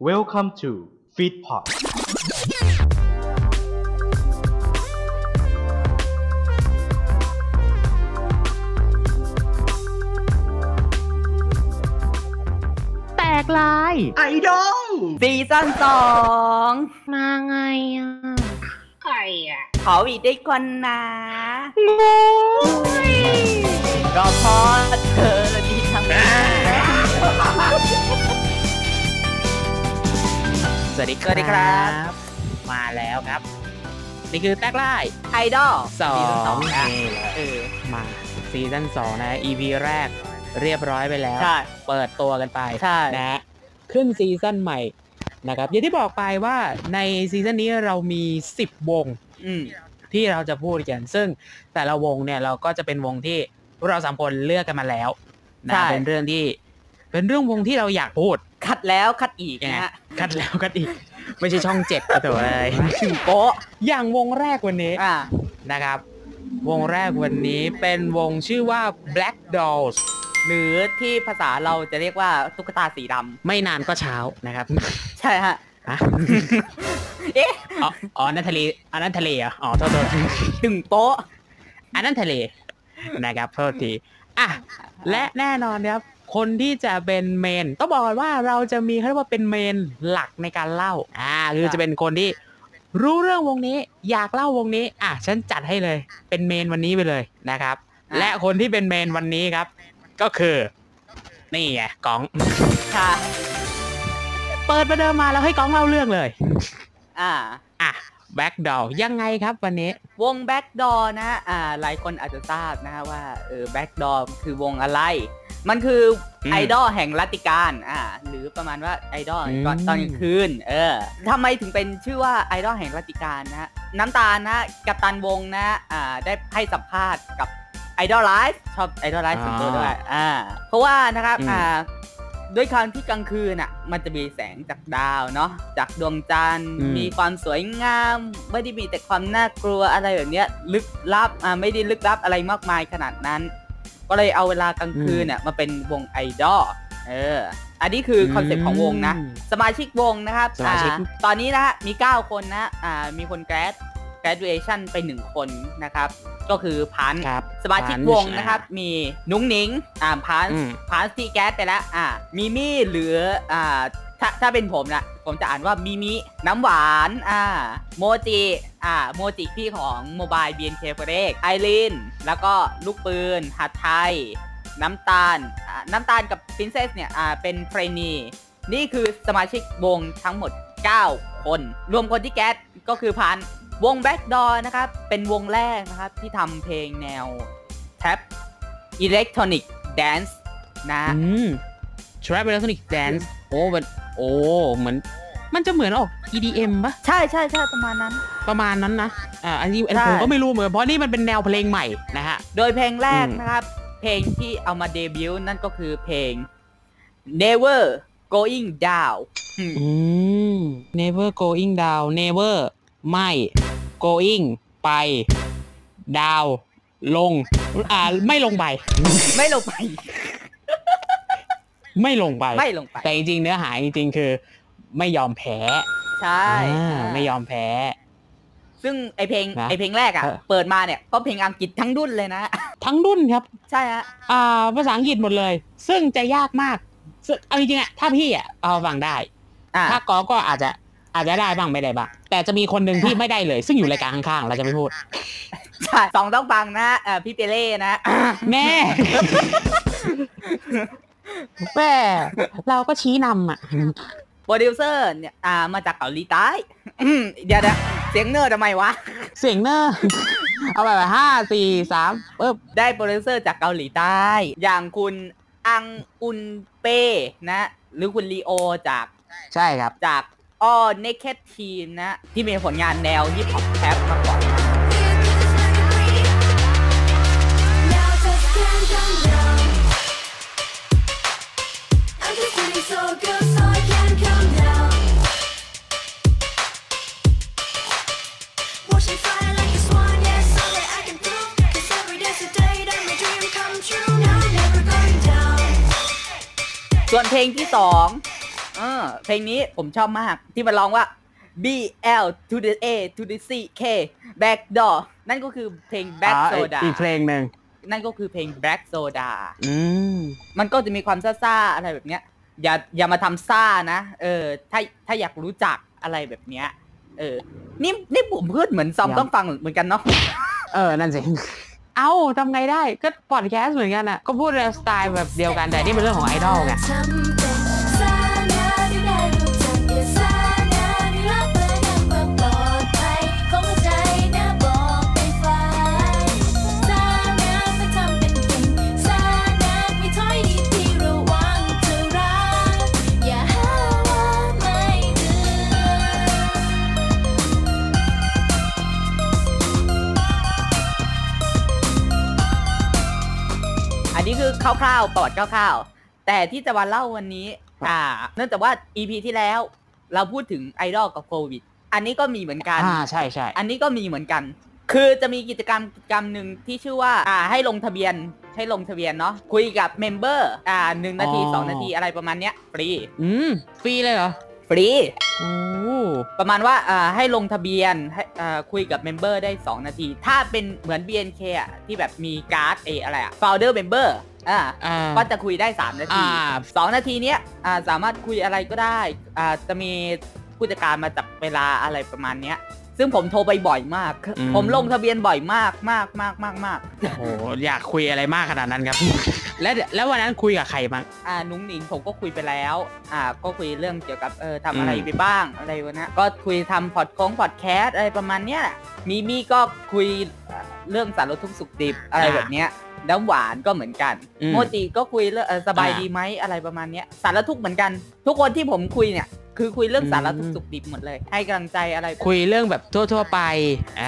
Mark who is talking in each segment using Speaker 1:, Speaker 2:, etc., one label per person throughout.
Speaker 1: Welcome to Feedpot แตกลาย
Speaker 2: ไอดอล
Speaker 3: ซีซั่นสอง
Speaker 1: มาไงอ่ะ
Speaker 4: ใครอ่ะ
Speaker 3: ขอหวีดด้วยคนนะ ก็เพราะเธอดีทั้งนั้น
Speaker 2: สวัสดี
Speaker 3: สวัสดีครับ
Speaker 2: มาแล้วครับ นี่คือแท็กไลน์
Speaker 3: ไอดอล
Speaker 2: สอ
Speaker 3: ซีซั่นสอง ง
Speaker 2: นี่
Speaker 3: นะ
Speaker 2: แหละ
Speaker 3: เออ
Speaker 2: มาซีซั่นสองนะ EP แรกเรียบร้อยไปแล้ว
Speaker 3: ใช่
Speaker 2: เปิดตัวกันไป
Speaker 3: ใช่
Speaker 2: นะขึ้นซีซั่นใหม่นะครับอย่างที่บอกไปว่าในซีซั่นนี้เรามี 10 วง
Speaker 3: อืม
Speaker 2: ที่เราจะพูดกัน ซึ่งแต่ละวงเนี่ยเราก็จะเป็นวงที่พวกเราสามคนเลือกกันมาแล้วนะเป็นเรื่องที่ เป็นเรื่องวงที่เราอยากพูด
Speaker 3: คัดแล้วคัดอีกนะฮะ
Speaker 2: คัดแล้วคัดอีก ไม่ใช่ช่องเจ็ดก็เถอะเลย
Speaker 3: ถึงโป๊ะ
Speaker 2: อย่างวงแรกวันนี้
Speaker 3: อ่า
Speaker 2: นะครับ วงแรกวันนี้เป็นวงชื่อว่า Black Dolls
Speaker 3: หรือที่ภาษาเราจะเรียกว่าตุ๊กตาสีด
Speaker 2: ไม่นานก็เช้านะครับ
Speaker 3: ำใช่ฮะ
Speaker 2: ฮะ
Speaker 3: เอ๊ะ
Speaker 2: อ๋ออ๋อนั่นทะเลอันนั้นทะเลเหรออ๋อโทษโทษ
Speaker 3: ถึงโป๊ะ
Speaker 2: อันนั้นทะเลนะครับโทษทีอ่ะและแน่นอนครับ คนที่จะเป็นเมนต้องบอกก่อนว่าเราจะมีเขาเรียกว่าเป็นเมนหลักในการเล่าอ่าคือ
Speaker 3: ค่ะ
Speaker 2: จะเป็นคนที่รู้เรื่องวงนี้ อยากเล่าวงนี้ อ่ะฉันจัดให้เลย เป็นเมนวันนี้ไปเลยนะครับ และคนที่เป็นเมนวันนี้ครับ ก็คือ นี่ไงกอง
Speaker 3: ค่ะ
Speaker 2: เปิดประเดิมมาแล้วให้กองเล่าเรื่องเลย
Speaker 3: อ่า
Speaker 2: อ่ะแบ็กดอลยังไงครับวันนี้
Speaker 3: วงแบ็กดอร์นะอ่าหลายคนอาจจะทราบนะฮะว่าเออแบ็กดอร์คือวงอะไร มันคืออ
Speaker 2: ม
Speaker 3: ไอดอลแห่งรัตติการอ่าหรือประมาณว่าไอดอล
Speaker 2: อืม
Speaker 3: ก่อนตอนกลางคืนเออทำไมถึงเป็นชื่อว่าไอดอลแห่งรัตติการนะฮะน้ำตาลนะกัปตันวงนะอ่าได้ให้สัมภาษณ์กับไอดอลไลฟ์ชอบไอดอลไลฟ์ส่วนตัวด้วยอ่าเพราะว่านะครับอ่าด้วยความที่กลางคืนอ่ะมันจะมีแสงจากดาวเนาะจากดวงจันทร์
Speaker 2: อืม
Speaker 3: มี ความสวยงามไม่ได้มีแต่ความน่ากลัวอะไรแบบเนี้ยลึกลับอ่าไม่ได้ลึกลับอะไรมากมายขนาดนั้น ก็เลยเอาเวลากลางคืนเนี่ยมาเป็นวงไอดอลเออ อันนี้คือคอนเซ็ปต์ของวงนะ
Speaker 2: อืม
Speaker 3: สมาชิกวงนะครับ
Speaker 2: สมาชิก
Speaker 3: อ่ตอนนี้นะฮะมี 9 คนนะอ่ามีคนแกรด graduation ไป 1 คนนะครับ ก็คือพันธุ์
Speaker 2: ครับ
Speaker 3: สมาชิกวงนะครับ มีนุ้งนิงอ่าพันธุ์
Speaker 2: อืม
Speaker 3: พาสตีแก๊สไปแล้วอ่ามิมี่หรืออ่าถ้าถ้าเป็นผมนะผมจะอ่านว่ามิมิน้ำหวานอ่าโมจิอ่าโมจิพี่ของโมบายเบียนเคเฟเรกไอรินแล้วก็ลูกปืนหัดไทย น้ำตาลอ่าน้ำตาลกับพรินเซสเนี่ยอ่าเป็นเทรนนีนี่คือสมาชิกวงทั้งหมด 9 คน รวมคนที่แก๊สก็คือพันวงแบ็กดอร์นะครับ เป็นวงแรกนะครับ ที่ทำเพลงแนวแท็บอิเล็กทรอนิกแดนซ์นะ
Speaker 2: อืม Trap Electronic Dance โอ้มันโอ้เหมือน มันจะเหมือนออก EDM ปะ
Speaker 3: ใช่ใช่ใช่ประมาณนั้น
Speaker 2: ประมาณนั้นนะอ่าอันนี้อันนี้
Speaker 3: ใช่
Speaker 2: ผมก็ไม่รู้เหมือนกันเพราะนี่มันเป็นแนวเพลงใหม่นะฮะ
Speaker 3: โดยเพลงแรก
Speaker 2: อืม
Speaker 3: นะครับ เพลงที่เอามาเดบิวต์นั่นก็คือเพลง Never Going Down อืม
Speaker 2: อืม Never going down Never ไม่ going ไป down ลง อ่า ไม่ลงไป
Speaker 3: ไม่ลงไป
Speaker 2: ไม่ลงไป
Speaker 3: ไม่ลงไป
Speaker 2: แต่จริงๆเนื้อหาจริงๆคือ ไม่ยอมแพ้
Speaker 3: ใช่
Speaker 2: อ่า
Speaker 3: อ่า
Speaker 2: ไม่ยอมแพ้
Speaker 3: ซึ่งไอเพลง
Speaker 2: นะ
Speaker 3: ไอเพลงแรกอ่ะ
Speaker 2: เออ
Speaker 3: เปิดมาเนี่ยก็เพลงอังกฤษทั้งรุ่นเลยนะ
Speaker 2: ทั้งรุ่นครับ
Speaker 3: ใช่ฮะ
Speaker 2: อ่าภาษาอังกฤษหมดเลย ซึ่งจะยากมากซึ่งเอาจริงๆอะถ้าพี่อะเอาฟังได้
Speaker 3: อ่า
Speaker 2: ถ้ากอก็อาจจะอาจจะได้บ้างไม่ได้บ้างแต่จะมีคนหนึ่งที่ไม่ได้เลย ซึ่งอยู่รายการข้างๆ เราจะไม่พูด
Speaker 3: ใช่สองต้องฟังนะเอ่อพี่เปเล่นะ
Speaker 2: แม่ แม่เราก็ชี้นำอ่ะ
Speaker 3: โปรดิวเซอร์เนี่ยอ่ามาจากเกาหลีใต้ เดี๋ยวนะเสียงเนอร์ทำไมวะ
Speaker 2: เสียงเนอร์เอาไปห้าสี่สามเอ๊บ
Speaker 3: ได้โปรดิวเซอร์จากเกาหลีใต้ อย่างคุณอังอุนเป้นะ หรือคุณลีโอจาก
Speaker 2: ใช่ครับ
Speaker 3: จากอ้อเนคเ d ทีมนะ ที่มีผลงานแนวฮิปฮอปแท็บมาก่อน
Speaker 5: Now just stand and down. I'm just feeling so good, so I can't come down. Watching fire like a swan, yeah, it's all that I can do. 'Cause every day's a day that my dream come true. Now I'm never going down.
Speaker 3: ส่วนเพลงที่สองเออ เพลงนี้ผมชอบมากที่มันร้องว่า B L to the A to the C K Back Door นั่นก็คือเพลง Back
Speaker 2: อ่า
Speaker 3: Soda
Speaker 2: อีกเพลงหนึ่ง
Speaker 3: นั่นก็คือเพลง Black Soda
Speaker 2: อืม
Speaker 3: มันก็จะมีความซ่าๆอะไรแบบเนี้ย อย่าอย่ามาทำซ่านะ เออ ถ้าถ้าอยากรู้จักอะไรแบบเนี้ย เออ นี่นี่ผมพูดเหมือนซอม
Speaker 2: ยัง
Speaker 3: ต้องฟังเหมือนกันเนาะ
Speaker 2: เออ นั่นสิ เอ้าทำไงได้ก็พอดแคสต์เหมือนกันอ่ะ ก็พูดในสไตล์แบบเดียวกัน แต่นี่เป็นเรื่องของไอดอลไง
Speaker 5: อย่าหาว่าไม่เตือน
Speaker 3: อันนี้คือคร่าวๆประวัติคร่าวๆ แต่ที่จะมาเล่าวันนี้ อ่า เนื่องจากว่า EP ที่แล้ว เราพูดถึงไอดอลกับโควิด อันนี้ก็มีเหมือนกัน
Speaker 2: อ่า ใช่ใช่
Speaker 3: อันนี้ก็มีเหมือนกัน คือจะมีกิจกรรมกิจกรรมหนึ่งที่ชื่อว่า อ่า ให้ลงทะเบียน ให้ลงทะเบียนเนาะ คุยกับเมมเบอร์ อ่าหนึ่งนาทีสองนาทีอะไรประมาณเนี้ย ฟรี
Speaker 2: อืม ฟรีเลยเหรอ
Speaker 3: ฟรี
Speaker 2: โอ้
Speaker 3: ประมาณว่าอ่าให้ลงทะเบียนให้อ่าคุยกับเมมเบอร์ได้ 2 นาที ถ้าเป็นเหมือน BNK อ่ะที่แบบมีการ์ดเอออะไรอ่ะ founder member อ่า
Speaker 2: อ่า
Speaker 3: ก็จะคุยได้ 3 นาที
Speaker 2: อ่า
Speaker 3: 2 นาทีเนี้ยอ่าสามารถคุยอะไรก็ได้อ่าจะมีผู้จัดการมาจับเวลาอะไรประมาณเนี้ย ซึ่งผมโทรไปบ่อยมาก ผมลงทะเบียนบ่อยมากมากมากมากมาก
Speaker 2: โอ้อยากคุยอะไรมากขนาดนั้นครับ แล้วแล้ววันนั้นคุยกับใครบ้าง
Speaker 3: อ่านุ้งหนิงผมก็คุยไปแล้ว อ่า ก็คุยเรื่องเกี่ยวกับเออทำอะไร
Speaker 2: อืม
Speaker 3: ไปบ้างอะไรวะนะก็คุยทำพอดคงพอดแคสอะไรประมาณเนี้ยแหละมีมี่ก็คุยเรื่องสารทุกข์สุขดิบอะไรแบบเนี้ยน้ำหวานก็เหมือนกัน
Speaker 2: อืม
Speaker 3: โมจิก็คุยเรื่องเอ่อสบาย
Speaker 2: อ่า
Speaker 3: ดีไหมอะไรประมาณเนี้ยสารทุกข์เหมือนกัน ทุกคนที่ผมคุยเนี่ย คือคุยเรื่อง
Speaker 2: อืม
Speaker 3: สารทุกข์สุขดิบหมดเลย ให้กำลังใจอะไร
Speaker 2: คุยเรื่องแบบทั่ว ๆ ไป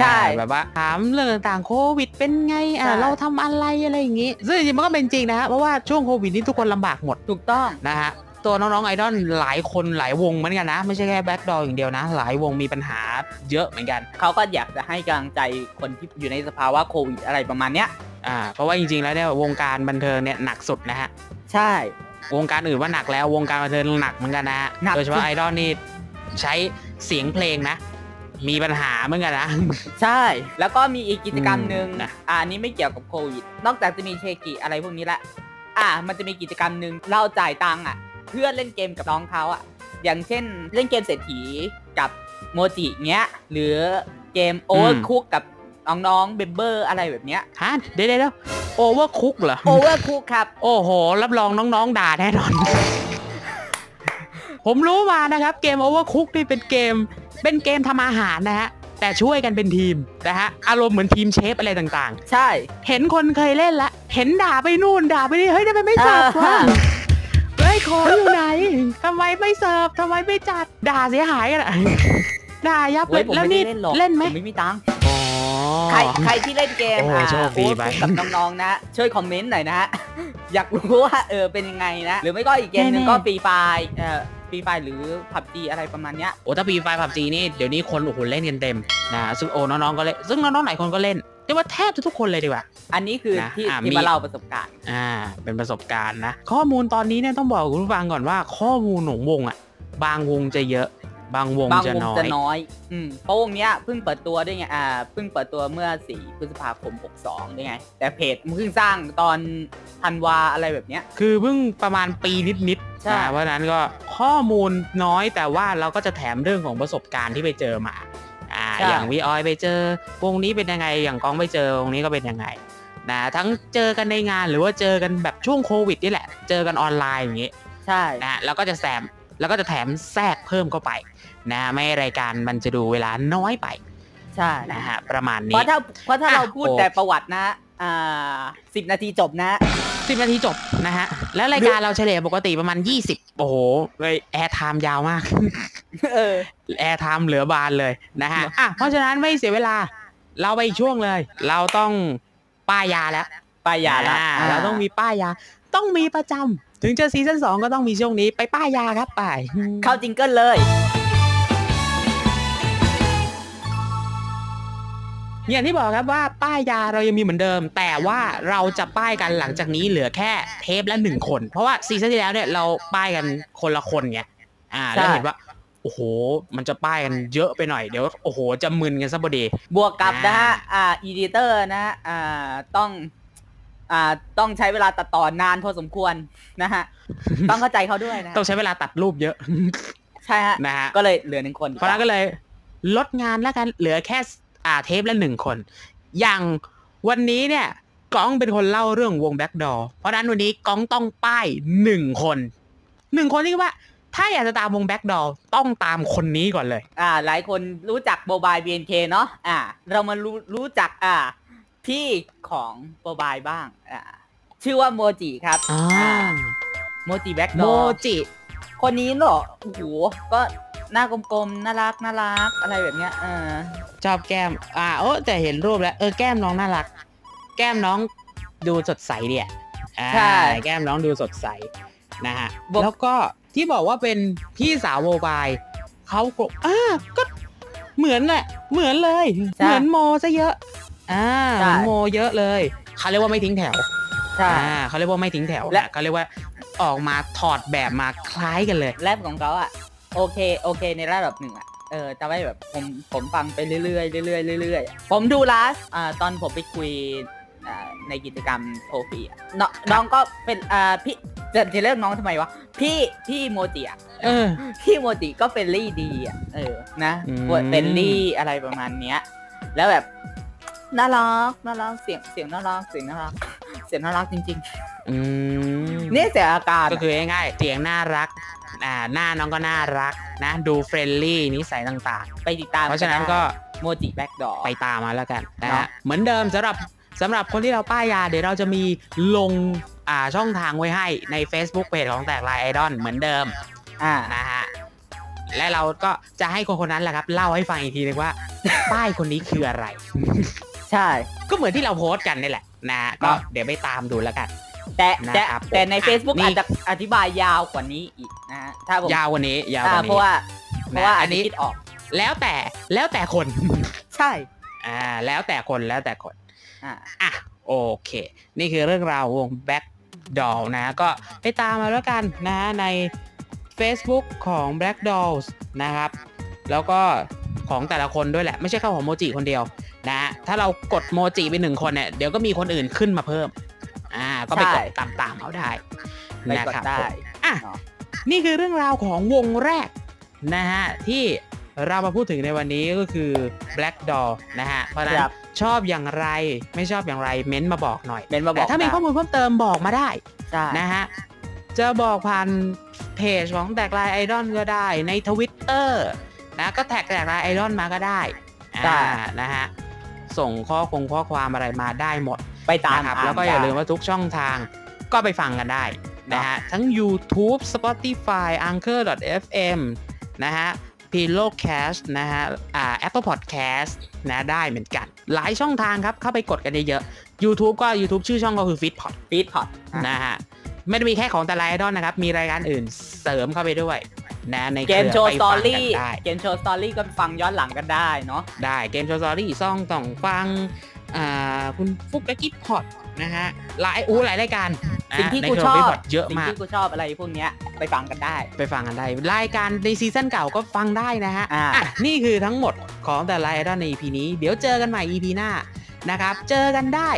Speaker 3: ใช่
Speaker 2: อ่าแบบว่าถามเรื่องต่างๆ โควิดเป็นไง อ่า
Speaker 3: ใช่
Speaker 2: เราทำอะไรอะไรอย่างงี้ ซึ่งจริงๆมันก็เป็นจริงนะฮะ เพราะว่าช่วงโควิดนี่ทุกคนลำบากหมด
Speaker 3: ถูกต้อง
Speaker 2: นะฮะ ตัวน้องๆไอดอลหลายคนหลายวงเหมือนกันนะ ไม่ใช่แค่แบ็คดออย่างเดียวนะ หลายวงมีปัญหาเยอะเหมือนกัน
Speaker 3: เขาก็อยากจะให้กำลังใจคนที่อยู่ในสภาวะโควิดอะไรประมาณเนี้ย
Speaker 2: อ่า เพราะว่าจริงๆ แล้วเนี่ยวงการบันเทิงเนี่ยหนักสุดนะฮะ
Speaker 3: ใช่
Speaker 2: วงการอื่นว่าหนักแล้ววงการบันเทิงหนักเหมือนกันนะฮะ
Speaker 3: หนัก
Speaker 2: โดยเฉพาะไอดอลนี่ใช้เสียงเพลงนะ มีปัญหาเหมือนกันนะ
Speaker 3: ใช่ แล้วก็มีอีกกิจกรรมหนึ่ง
Speaker 2: อืมนะ
Speaker 3: อ่าอันนี้ไม่เกี่ยวกับโควิด นอกจากจะมีเชกิอะไรพวกนี้ละอ่า มันจะมีกิจกรรมหนึ่งเราจ่ายตังค์อ่ะ เพื่อเล่นเกมกับน้องเขาอ่ะ อย่างเช่น เล่นเกมเศรษฐีกับโมจิเงี้ย หรือเกมโอเวอร์คุกกับน้องๆเบมเบอร์อะไรแบบเนี้ย
Speaker 2: ฮะเดี๋ยวเดี๋ยวโอเวอร์คุกเหรอ
Speaker 3: โอเวอร์คุกครับ
Speaker 2: โอ้โห รับรองน้องๆ ด่าแน่นอน ผมรู้มานะครับ เกม Overcook นี่เป็นเกม เป็นเกมทำอาหารนะฮะ แต่ช่วยกันเป็นทีมนะฮะ อารมณ์เหมือนทีมเชฟอะไรต่าง
Speaker 3: ใช่
Speaker 2: ๆ เห็นคนเคยเล่นละ เห็นด่าไปนู่นด่าไปนี่ เฮ้ยทำไมไม่เสิร์ฟะ
Speaker 3: อ่าวฮะ
Speaker 2: เฮ้ยของอยู่ไหนทำไมไม่เสิร์ฟทำไมไม่จัด ด่าเสียหายกันอะด่ายับ
Speaker 3: เว้
Speaker 2: เลย ย
Speaker 3: ผม
Speaker 2: แล้ว
Speaker 3: ไม่
Speaker 2: นี่
Speaker 3: ได้เล่นหรอก
Speaker 2: เล่นไหม
Speaker 3: ผมไม่มีตังค์
Speaker 2: อ๋อ
Speaker 3: ใครใครที่เล่นเกม
Speaker 2: โอ้
Speaker 3: อ่า
Speaker 2: โชคดี
Speaker 3: โอ้
Speaker 2: ไป
Speaker 3: กับน้องๆนะ ช่วยคอมเมนต์หน่อยนะฮ ะ อยากรู้ว่าเออเป็นยังไงนะ หรือไม่ก็อีกเกมหนึ่งก็ฟรีไฟเอ่อฟรีไฟหรือผับจีอะไรประมาณเนี้ย
Speaker 2: โอ้ถ้าปีไฟผับจีนี่เดี๋ยวนี้คนโอ้โหเล่นกันเต็มนะซึ่งโอ้น้องๆก็เล่นซึ่งน้องๆหลายคนก็เล่นเรียกว่าแทบจะทุกคนเลยดีกว่า
Speaker 3: อันนี้คือ
Speaker 2: นะ
Speaker 3: ที่
Speaker 2: อ่ะ
Speaker 3: ที่
Speaker 2: มี
Speaker 3: มาเล่าประสบการณ์
Speaker 2: อ่า เป็นประสบการณ์นะ ข้อมูลตอนนี้เนี่ยต้องบอกคุณผู้ฟังก่อนว่า ข้อมูลของวงอ่ะ บางวงจะเยอะ บางวง
Speaker 3: บาง
Speaker 2: จะ
Speaker 3: วง
Speaker 2: น้อ
Speaker 3: จะ
Speaker 2: ย
Speaker 3: น้อย อืมเพราะวงเนี้ยเพิ่งเปิดตัวด้วยไง อ่า เพิ่งเปิดตัวเมื่อ 4 พฤษภาคม 62ด้วยไง แต่เพจเพิ่งสร้างตอนธันวาอะไรแบบเนี้ย
Speaker 2: คือเพิ่งประมาณปีนิด
Speaker 3: ใช่
Speaker 2: ๆนะเพราะฉะนั้นก็ข้อมูลน้อยแต่ว่าเราก็จะแถมเรื่องของประสบการณ์ที่ไปเจอมา อ่า
Speaker 3: ใช่
Speaker 2: อย่างวีออยไปเจอ วงนี้เป็นยังไง อย่างกองไปเจอวงนี้ก็เป็นยังไง นะ ทั้งเจอกันในงานหรือว่าเจอกันแบบช่วงโควิดนี่แหละ เจอกันออนไลน์อย่างนี้
Speaker 3: ใช่
Speaker 2: นะฮะแล้วก็จะแซมแล้วก็จะแถมแทรกเพิ่มเข้าไปนะฮะไม่ให้รายการมันจะดูเวลาน้อยไป
Speaker 3: ใช่
Speaker 2: นะฮะประมาณ
Speaker 3: เพ
Speaker 2: นี้
Speaker 3: ราะถ้าเพราะถ้า
Speaker 2: อ่ะ
Speaker 3: เราพูด
Speaker 2: โอ
Speaker 3: แต่ประวัตินะ อ่าสิบนาทีจบนะ
Speaker 2: สิบนาทีจบนะฮะแล้วรายการเราเฉลี่ยปกติประมาณ 20 โอ้โหเลยแอร์ไทม์ยาวมาก
Speaker 3: เออ
Speaker 2: แอร์ไทม์เหลือบานเลยนะฮะอ่ะเพราะฉะนั้นไม่เสียเวลาเราไปอีกช่วงเลย เราต้องป้ายยาแล้ว
Speaker 3: ไปอย่าละ
Speaker 2: อ่เราต้องมีป้ายยา ต้องมีประจำถึงจะซีซั่นสองก็ต้องมีช่วงนี้ไปป้ายยาครับไป
Speaker 3: เข้าจิงเกิลเลย
Speaker 2: อย่างที่บอกครับว่าป้ายยาเรายังมีเหมือนเดิม แต่ว่าเราจะป้ายกันหลังจากนี้เหลือแค่เทปละหนึ่งคน เพราะว่าซีซั่นที่แล้วเนี่ยเราป้ายกันคนละคนไง อ่า
Speaker 3: ใช่
Speaker 2: แล้วเห็นว่า โอ้โห มันจะป้ายกันเยอะไปหน่อยเดี๋ยวโอ้โหจะมึนกันซะพอดี
Speaker 3: บวกกับนะฮะ
Speaker 2: อ่า
Speaker 3: อ่าอีดิเตอร์นะฮะอ่าต้องอ่าต้องใช้เวลาตัดต่อนานพอสมควรนะ ฮะ ต้องเข้าใจเขาด้วยนะฮะ
Speaker 2: ต้องใช้เวลาตัดรูปเยอะ
Speaker 3: ใช่ฮะ
Speaker 2: นะฮะ
Speaker 3: ก็เลยเหลือหนึ่งคน
Speaker 2: เพราะฉะนั้นก็เลยลดงานแล้วกันเหลือแค่อ่าเทปละหนึ่งคน อย่างวันนี้เนี่ยก้องเป็นคนเล่าเรื่องวงแบ็กดอเพราะฉะนั้นวันนี้ก้องต้องป้ายหนึ่งคนหนึ่งคนที่ว่า ถ้าอยากจะตามวงแบ็กดอต้องตามคนนี้ก่อนเลย
Speaker 3: อ่า หลายคนรู้จักโบบาย BNK เนาะอ่า เรามารู้รู้จักอ่าพี่ของโบบายบ้างอ่าชื่อว่าโมจิครับอ่าโมจิแบ็กด
Speaker 2: โม
Speaker 3: อ
Speaker 2: จิ
Speaker 3: คนนี้เหรอโอ้โหก็หน้ากลมๆน่ารักน่ารักอะไรแบบเนี้ยเออ
Speaker 2: ชอบแก้ม อ่าโอ้แต่เห็นรูปแล้ว เออแก้มน้องน่ารัก แก้มน้องดูสดใสเดียอ่า
Speaker 3: ใช่
Speaker 2: แก้มน้องดูสดใสนะฮะ
Speaker 3: บอก
Speaker 2: แล้วก็ที่บอกว่าเป็นพี่สาวโมบายเขาก็อ่าก็เหมือนแหละเหมือนเลย เหมือนโมซะเยอะ อ่าเหมือนโมเยอะเลยเขาเรียกว่าไม่ทิ้งแถว
Speaker 3: ใช่
Speaker 2: อ่าเขาเรียกว่าไม่ทิ้งแถว
Speaker 3: และ
Speaker 2: เขาเรียกว่าออกมาถอดแบบมาคล้ายกันเลย
Speaker 3: แรปของเขาอ่ะ โอเค โอเค ในระดับหนึ่งอ่ะ เออจะไม่แบบผมผมฟังไปเรื่อยๆเรื่อยๆเรื่อยๆผมดูลาสอ่าตอนผมไปคุยอ่าในกิจกรรมโทฟีอ่ะนน้องก็เป็นอ่าพี่จะจะเรียกน้องทำไมวะ พี่พี่โมจิอ่ะ
Speaker 2: เออ
Speaker 3: พี่โมจิก็เป็นลี่ดีอ่ะเออนะ
Speaker 2: อืม
Speaker 3: เป็นลี่อะไรประมาณเนี้ย แล้วแบบน่ารักน่ารักเสียงเสียงน่ารักเสียงน่ารักเสียงน่ารักจริง
Speaker 2: อืม
Speaker 3: ๆเนี่ยเสียอาการ
Speaker 2: ก็คือง่ายๆเสียงน่ารัก อ่า หน้าน้องก็น่ารักนะ ดูเฟรนลี่นิสัยต่าง
Speaker 3: ไปติดตาม
Speaker 2: ๆ เพราะฉะนั้นก็
Speaker 3: โมจิแบ็กดอ
Speaker 2: ไปตามมาแล้วกันนะ
Speaker 3: เนาะ
Speaker 2: ฮะ เหมือนเดิมสำหรับสำหรับคนที่เราป้ายยา เดี๋ยวเราจะมีลง อ่า ช่องทางไว้ให้ใน Facebook เพจของแตกลายไอดอลเหมือนเดิม
Speaker 3: อ่า
Speaker 2: นะฮะ และเราก็จะให้คนคนนั้นแหละครับ เล่าให้ฟังอีกทีนึงว่า ป้ายคนนี้คืออะไร
Speaker 3: ใช่
Speaker 2: ก็เหมือนที่เราโพสต์กันนี่แหละนะฮะก็
Speaker 3: เนาะ
Speaker 2: เดี๋ยวไปตามดูแล้วกัน
Speaker 3: แต่แต่
Speaker 2: นะครับ
Speaker 3: แต่ใน
Speaker 2: อ่ะ
Speaker 3: Facebook
Speaker 2: นี่
Speaker 3: อาจจะอธิบายยาวกว่านี้อีกนะฮะถ้าผม
Speaker 2: ยาวกวันนี้ยาวก
Speaker 3: อ่า
Speaker 2: วัน
Speaker 3: เพ
Speaker 2: นี้
Speaker 3: ราะว่าเพราะว่า
Speaker 2: นะอั
Speaker 3: อัน
Speaker 2: นนี้
Speaker 3: นี้คิดออก
Speaker 2: แล้วแต่แล้วแต่คน
Speaker 3: ใช่
Speaker 2: อ่า แล้วแต่คนแล้วแต่คน
Speaker 3: อ่า
Speaker 2: อ่ะโอเค นี่คือเรื่องราววง Black Doll นะ ก็ไปตามมาแล้วกันนะฮะใน Facebook ของ Black Dolls นะครับ แล้วก็ของแต่ละคนด้วยแหละ ไม่ใช่แค่ของโมจิคนเดียวนะฮะถ้าเรากดโมจิไปหนึ่งคนเนี่ยเดี๋ยวก็มีคนอื่นขึ้นมาเพิ่ม อ่า ก็ไปกด
Speaker 3: ใช่
Speaker 2: ตามตามๆเอาได้
Speaker 3: ไปกด
Speaker 2: นะครับ
Speaker 3: ได้
Speaker 2: ผม อ่ะ
Speaker 3: เนาะ
Speaker 2: นี่คือเรื่องราวของวงแรกนะฮะ ที่เรามาพูดถึงในวันนี้ก็คือ Black Doll นะฮะ เพราะฉะนั้
Speaker 3: คน รับ
Speaker 2: ชอบอย่างไรไม่ชอบอย่างไรเม้นต์มาบอกหน่อย
Speaker 3: เมนมาบอ
Speaker 2: แต่
Speaker 3: ก
Speaker 2: ถ้ามี
Speaker 3: ได้
Speaker 2: ข้อมูลเพิ่มเติมบอกมาได้
Speaker 3: ใช่
Speaker 2: นะฮะ จะบอกผ่านเพจของแตกลายไอดอลก็ได้ในทวิตเตอร์นะก็แท็กแตกลายไอดอลมาก็ได้
Speaker 3: ได้
Speaker 2: อ่านะฮะ ส่งข้อคงข้อความอะไรมาได้หมด
Speaker 3: ไปตาม
Speaker 2: นะครับ
Speaker 3: น
Speaker 2: แล้วก็อย่า
Speaker 3: ได้
Speaker 2: ลืมว่าทุกช่องทางก็ไปฟังกันได้นะฮะ ทั้ง YouTube Spotify Anchor FM นะฮะพีโลแคสนะฮะอ่า Apple Podcast นะได้เหมือนกัน หลายช่องทางครับ เข้าไปกดกันเยอะๆ YouTube ก็ YouTube ชื่อช่องก็คือ f i t p o t
Speaker 3: ฟีดพอด
Speaker 2: นะฮะ ไม่ได้มีแค่ของแต่ไลายไอดอนนะครับ มีรายการอื่นเสริมเข้าไปด้วยนะในค
Speaker 3: เก
Speaker 2: รือ
Speaker 3: มโชว์
Speaker 2: ไป
Speaker 3: สตอ
Speaker 2: ฟังกัน
Speaker 3: รี่
Speaker 2: ได้
Speaker 3: เกมโชว์สตอรี่ก็ฟังย้อนหลังกันได้เนาะ
Speaker 2: ได้เกมโชว์สตอรี่ซ่องต่องฟัง อ่า คุณฟุกและกิ๊บพอดนะฮะหลายอู้หลายรายการนะ
Speaker 3: สิ่งที่
Speaker 2: ใน
Speaker 3: กู
Speaker 2: เครื
Speaker 3: ชอบ
Speaker 2: พี่พอดเยอะ
Speaker 3: สิ่ง
Speaker 2: มาก
Speaker 3: ที่กูชอบอะไรพวกเนี้ย ไปฟังกันได้
Speaker 2: ไปฟังกันได้ รายการในซีซั่นเก่าก็ฟังได้นะฮะ
Speaker 3: อ่า
Speaker 2: ะนี่คือทั้งหมดของแต่ละไอดอลใน EP นี้ เดี๋ยวเจอกันใหม่ EP หน้านะครับ เจอกันได้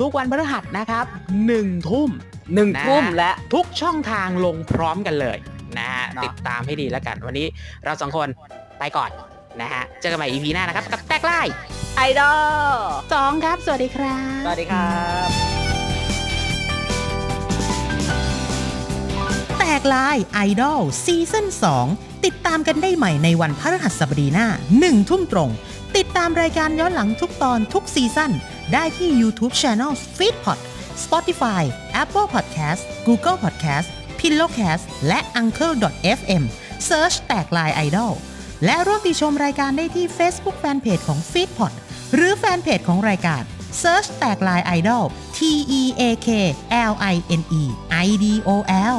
Speaker 2: ทุกวันพฤหัสนะครับหนึ่งทุ่ม
Speaker 3: หนึ่ง
Speaker 2: นะ
Speaker 3: ทุ่มและ
Speaker 2: ทุกช่องทางลงพร้อมกันเลยนะฮะ
Speaker 3: เนาะ
Speaker 2: ติดตามให้ดีแล้วกัน วันนี้เราสองคนไปก่อนนะฮะเจอกันใหม่ EP หน้านะครับกับแตกไล่
Speaker 3: ไอดอล
Speaker 2: สองครับ สวัสดีครับ
Speaker 3: สวัสดีครับ
Speaker 4: แตกลายไอดอลซีซั่น2 ติดตามกันได้ใหม่ในวันพฤหัสบดีหน้า 1 ทุ่มตรง ติดตามรายการย้อนหลังทุกตอนทุกซีซั่นได้ที่ YouTube Channel f e e d p o t Spotify Apple Podcast Google Podcast Pillowcast และ Anchor.fm Search แตกลายไอดอลและร่วมติชมรายการได้ที่ Facebook Fanpage ของ f e e d p o t หรือแฟนเพจของรายการ Search แตกลาย Idol T E A K L I N E I D O L